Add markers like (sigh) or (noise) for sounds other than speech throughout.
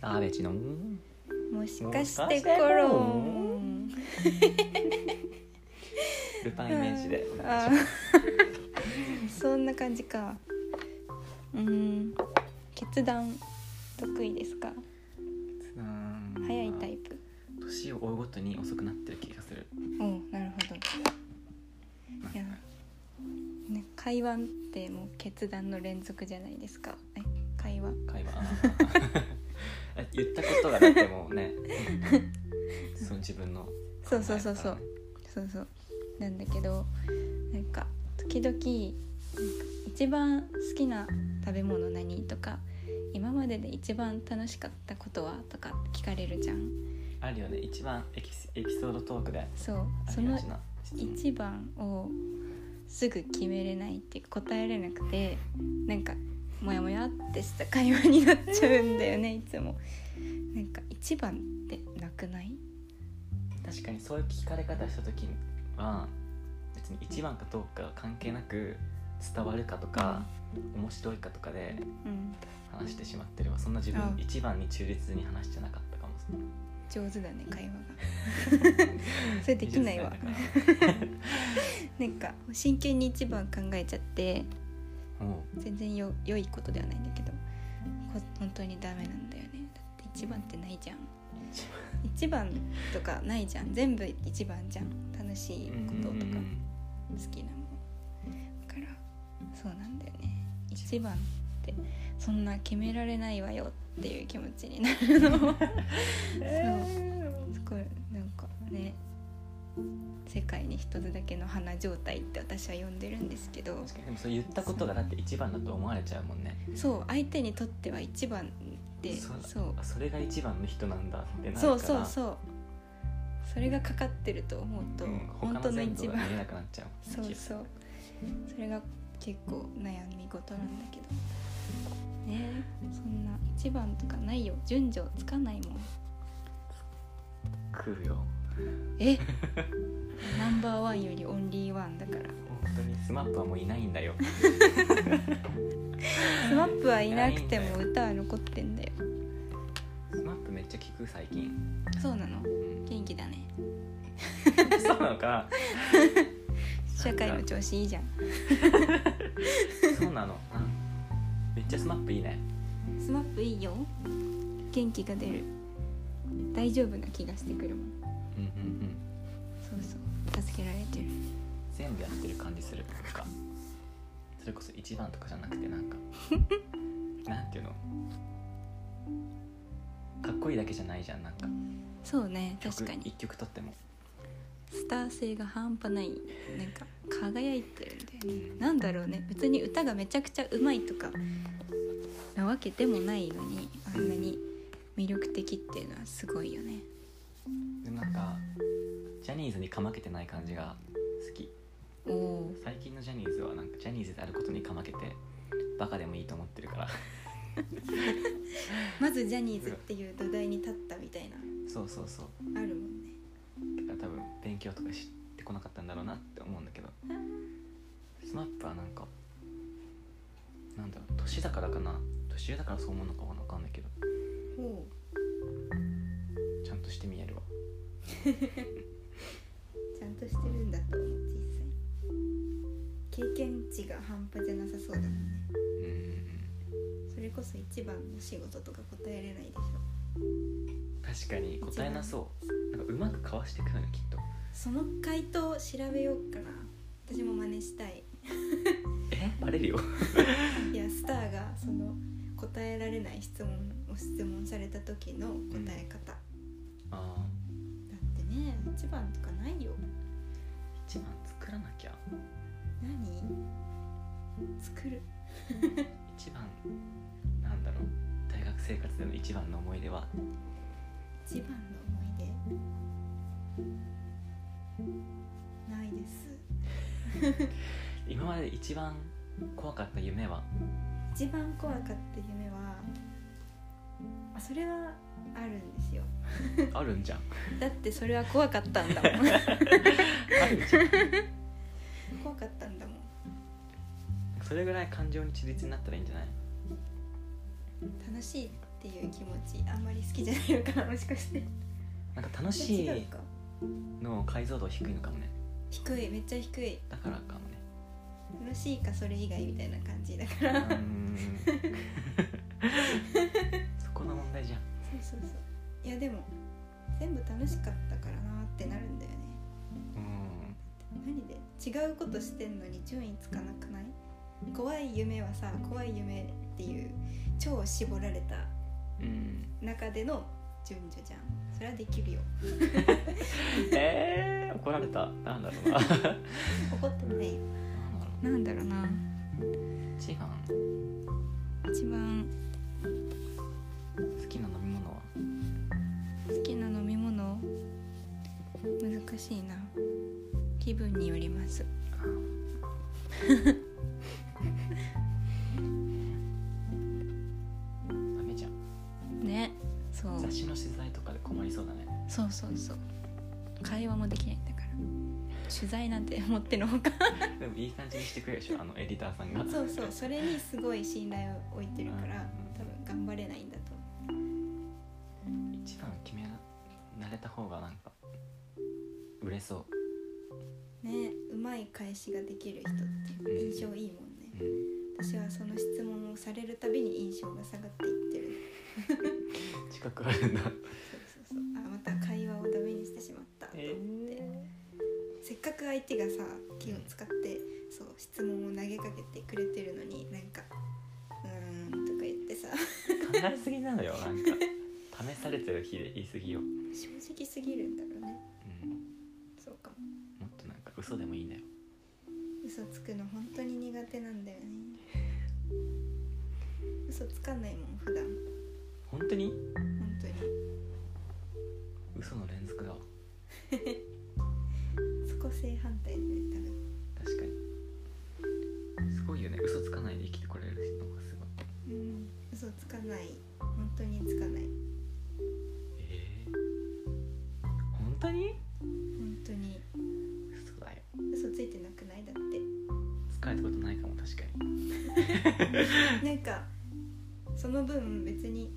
アベチのもしかしてコロン (laughs) ルパンイメージでお願いあしますーそんな感じかうん決断得意ですかうーん早いタイプ年を追うごとに遅くなってる気がするおうなるほどいや、ね、会話ってもう決断の連続じゃないですかえ会話会話 (laughs) 言ったことがだっても (laughs) うねその自分のそうそうそうそう考そうそうなんだけどなんか時々なんか一番好きな食べ物何とか今までで一番楽しかったことはとか聞かれるじゃんえたらねあるよね一番エキスエピソードトークでそうあそりのがちな質問一番をすぐ決めれないっていうか答えれなくてなんかモヤモヤってした会話になっちゃうんだよねいつもなんか一番ってなくない確かにそういう聞かれ方した時は別に一番かどうかは関係なく伝わるかとか面白いかとかでうん話してしまってればそんな自あ分一番に忠実に話してなかったかもしれない上手だね会話 (laughs) がそれできないわ技術だからなんか真剣に一番考えちゃって (laughs) も全然よ良いことではないんだけどこ本当にダメなんだよねだって一番ってないじゃんう一番一番とかないじゃん全部一番じゃん楽しいこととか好きなものだからそうなんだよね一番ってそんな決められないわよっていう気持ちになるのそうすごいなんかね世界に一つだけの花状態って私は呼んでるんですけど確かにでもそう言ったことがだって一番だと思われちゃうもんねそう相手にとっては一番でそうそうあそれが一番の人なんだってなるからそうそうそうそれがかかってると思うと、うん本当他の全部一が番見えなくなっちゃう (laughs) そうそうそれが結構悩み事なんだけどねそんな一番とかないよ順序つかないもん来るよ (laughs) えナンバーワンよりオンリーワンだから本当にスマップはもういないんだよスマップはいなくても歌は残ってんだよスマップめっちゃ聞く最近、そうなのうん元気だね (laughs) そうなのか社会の調子いいじゃんそうなのうんめっちゃスマップいいねスマップいいよ元気が出る大丈夫な気がしてくるもんうんうんうんそうそう助けられてる全部やってる感じするなんかそれこそ一番とかじゃなくて (laughs) なんかなんていうのかっこいいだけじゃないじゃんなんかそうね曲確かに一曲とってもスター性が半端ないなんか輝いてるんだよねなんだろうね別に歌がめちゃくちゃうまいとかなわけでもないのにあんなに魅力的っていうのはすごいよねでもなんかジャニーズにかまけてない感じが好きおおー最近のジャニーズはなんかジャニーズであることにかまけてバカでもいいと思ってる (laughs) からまずジャニーズっていう土台に立ったみたいなそうそうそうあるもんねだから多分勉強とかしてこなかったんだろうなって思うんだけどスマップはなんかなんだろう年だからかな年上だからそう思うのかは分かんないけどおちゃんとして見えるわちゃんとしてるんだと思う実際経験値が半端じゃなさそうだもんねうんうんそれこそ一番の仕事とか答えれないでしょうん確かに答えなそうなんかうまくかわしてくるのきっとその回答を調べようかな私も真似したいえバレるよいやスターがその答えられない質問を質問された時の答え方、だあってね一番とかないよあ一番作らなきゃ何作る一番なんだろう大学生活での一番の思い出は一番の思い出ないです今まで一番怖かった夢は一番怖かった夢はあそれはあるんですよあるんじゃんだってそれは怖かった (laughs) んだもんあるんじゃん怖かったんだもんそれぐらい感情に緻密になったらいいんじゃない楽しいっっていう気持ちあんまり好きじゃないのかなもしかしてなんか楽し違ういかの解像度低いのかもね低いめっちゃ低いだからかもね楽しいかそれ以外みたいな感じだ (laughs) からうーんそこの問題じゃんそうそうそういやでも全部楽しかったからなってなるんだよねうん何で違うことしてんのに順位つかなくない怖い夢はさ怖い夢っていう超絞られたうん中での順序じゃんそれはできるよえー、怒られたなんだろうななんだろ怒ってもないようなんだろうな一番一番好きな飲み物は好きな飲み物難しいな気分によりますダメじゃんねそう雑誌の取材とかで困りそうだねそうそうそう会話もできないんだから取材なんて持ってのほかでもいい感じにしてくれるでしょあのエディターさんがそうそうそれにすごい信頼を置いてるからうん多分頑張れないんだと思う一番決められた方がなんか売れそねうまい返しができる人ってうん印象いいもんねう、うん、私はその質問をされるたびに印象が下がっていってる自覚あるんだそうそうそうあまた会話をダメにしてしまったと思って、せっかく相手がさ気を使ってそう質問を投げかけてくれてるのになんか「うーん」とか言ってさ考えすぎなのよ (laughs) なんか試されてる日で言いすぎよ、う正直すぎるんだろうねん、そうかももっとなんか嘘でもいいんだよ嘘つくの本当に苦手なんだよね嘘つかないもん普段本当に本当に嘘の連続だわそこ正反対だよね多分確かにすごいよね嘘つかないで生きてこれるのがすごいうん嘘つかない本当につかないえー、本当に本当に嘘だよ嘘ついてなくないだって疲れたことないかも確かになんかその分別に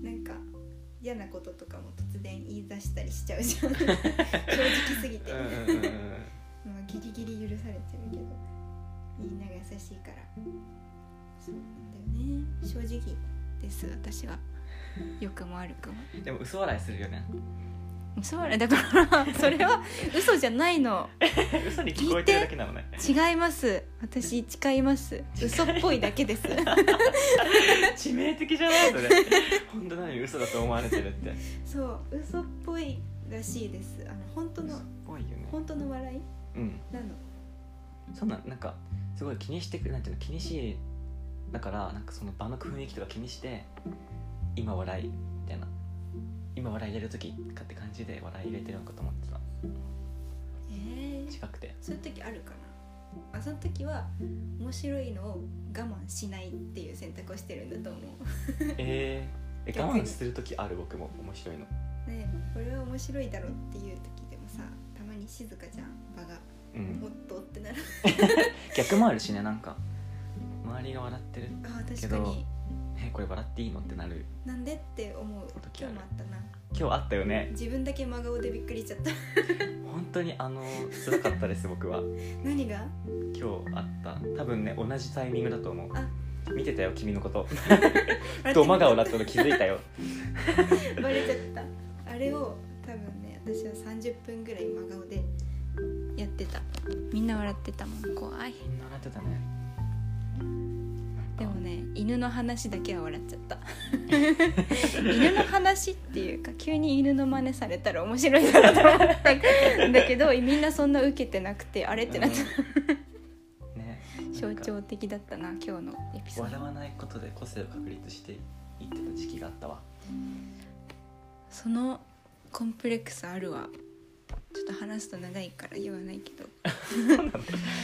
なんか嫌なこととかも突然言い出したりしちゃうじゃ (laughs) ん正直すぎて、うんうんうんまあ、ギリギリ許されてるけどみんなが優しいからそうなんだよね正直です私は良くも悪くもうんでも嘘笑いするよね嘘笑いだから (laughs) それは嘘じゃないの嘘に聞こえてるだけなのね違います私誓います嘘っぽいだけです (laughs) 致命的じゃないそれ本当なのに嘘だと思われてるって (laughs) そう嘘っぽいらしいですあの本当嘘のっぽいよね本当の笑いうんなのそんなんなんかすごい気にしてくなんていうの気にしだからなんかその場の雰囲気とか気にして今笑いみたいな今笑い入れる時かって感じで笑い入れてるのかと思ってたええ近く (laughs) てそういう時あるかなあその時は面白いのを我慢しないっていう選択をしてるんだと思えー、え逆に我慢する時ある僕も面白いのうねえこれは面白いだろうっていう時でもさたまに静かじゃん場がうもんっとってなる逆もあるしねなんか周りが笑ってるああ確けかどにえこれ笑っていいのってなるなんでって思う時あ今日もるあったな今日あったよね自分だけ真顔でびっくりしちゃった (laughs) 本当にあの辛かったです僕は何が今日あった多分ね同じタイミングだと思あう見てたよ君 (laughs) のことド笑マ顔だっったの気づいたよてバレちゃったあれを多分ね私は30分ぐらい真顔でやってたみんな笑ってたもん怖いみんな笑ってたねでもね犬の話だけは笑っちゃった (laughs) 犬の話っていうか急に犬の真似されたら面白いだろうと思った (laughs) んだけどみんなそんな受けてなくてあれってなっちゃうんねうな象んか徴的だったな今日のエピソード笑わないことで個性を確立していってた時期があったわそのコンプレックスあるわちょっと話すと長いから言わないけど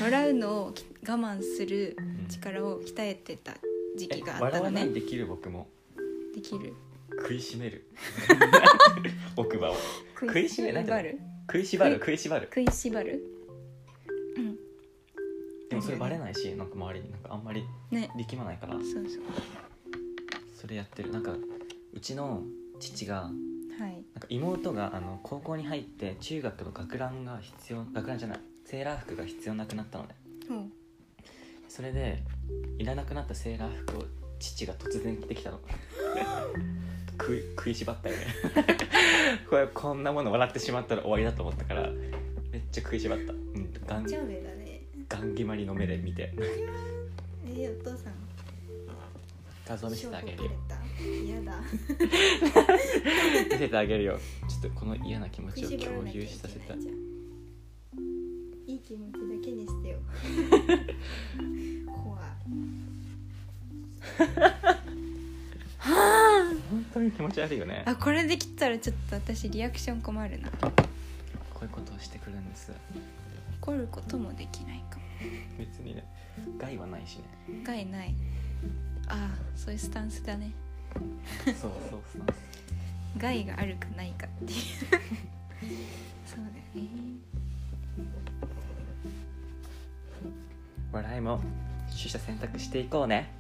笑うのをき我慢する力を鍛えてた時期えがあった笑のわなねいできる僕もできる食いし (laughs) める奥歯を食いしめなんてばる食いしばる食いしばる食いしばるうんでもそれバレないしなんか周りになんかあんまりね力まないからそうそうそれやってるなんかうちの父がはいなんか妹があの高校に入って中学の学ランが必要学ランじゃないセーラー服が必要なくなったのでうんそれでいらなくなったセーラー服を父が突然着てきたの (laughs) 食い食いしばったよね (laughs) これこんなもの笑ってしまったら終わりだと思ったからめっちゃ食いしばった、うん、ガンジャベだねガン決まりの目で見てえお父さん画像見せてあげるよ嫌だ見せてあげるよちょっとこの嫌な気持ちを食いしばら共なきゃ有いしさせけたないいじゃんいい気持ちだけにしてよ怖い本当に気持ち悪いよねあこれできたらちょっと私リアクション困るなこういうことをしてくるんです怒ることもできないかも別にね害はないしね害ないああそういうスタンスだねそうそうそう害があるかないかっていうそうだよね笑いも取捨選択していこうね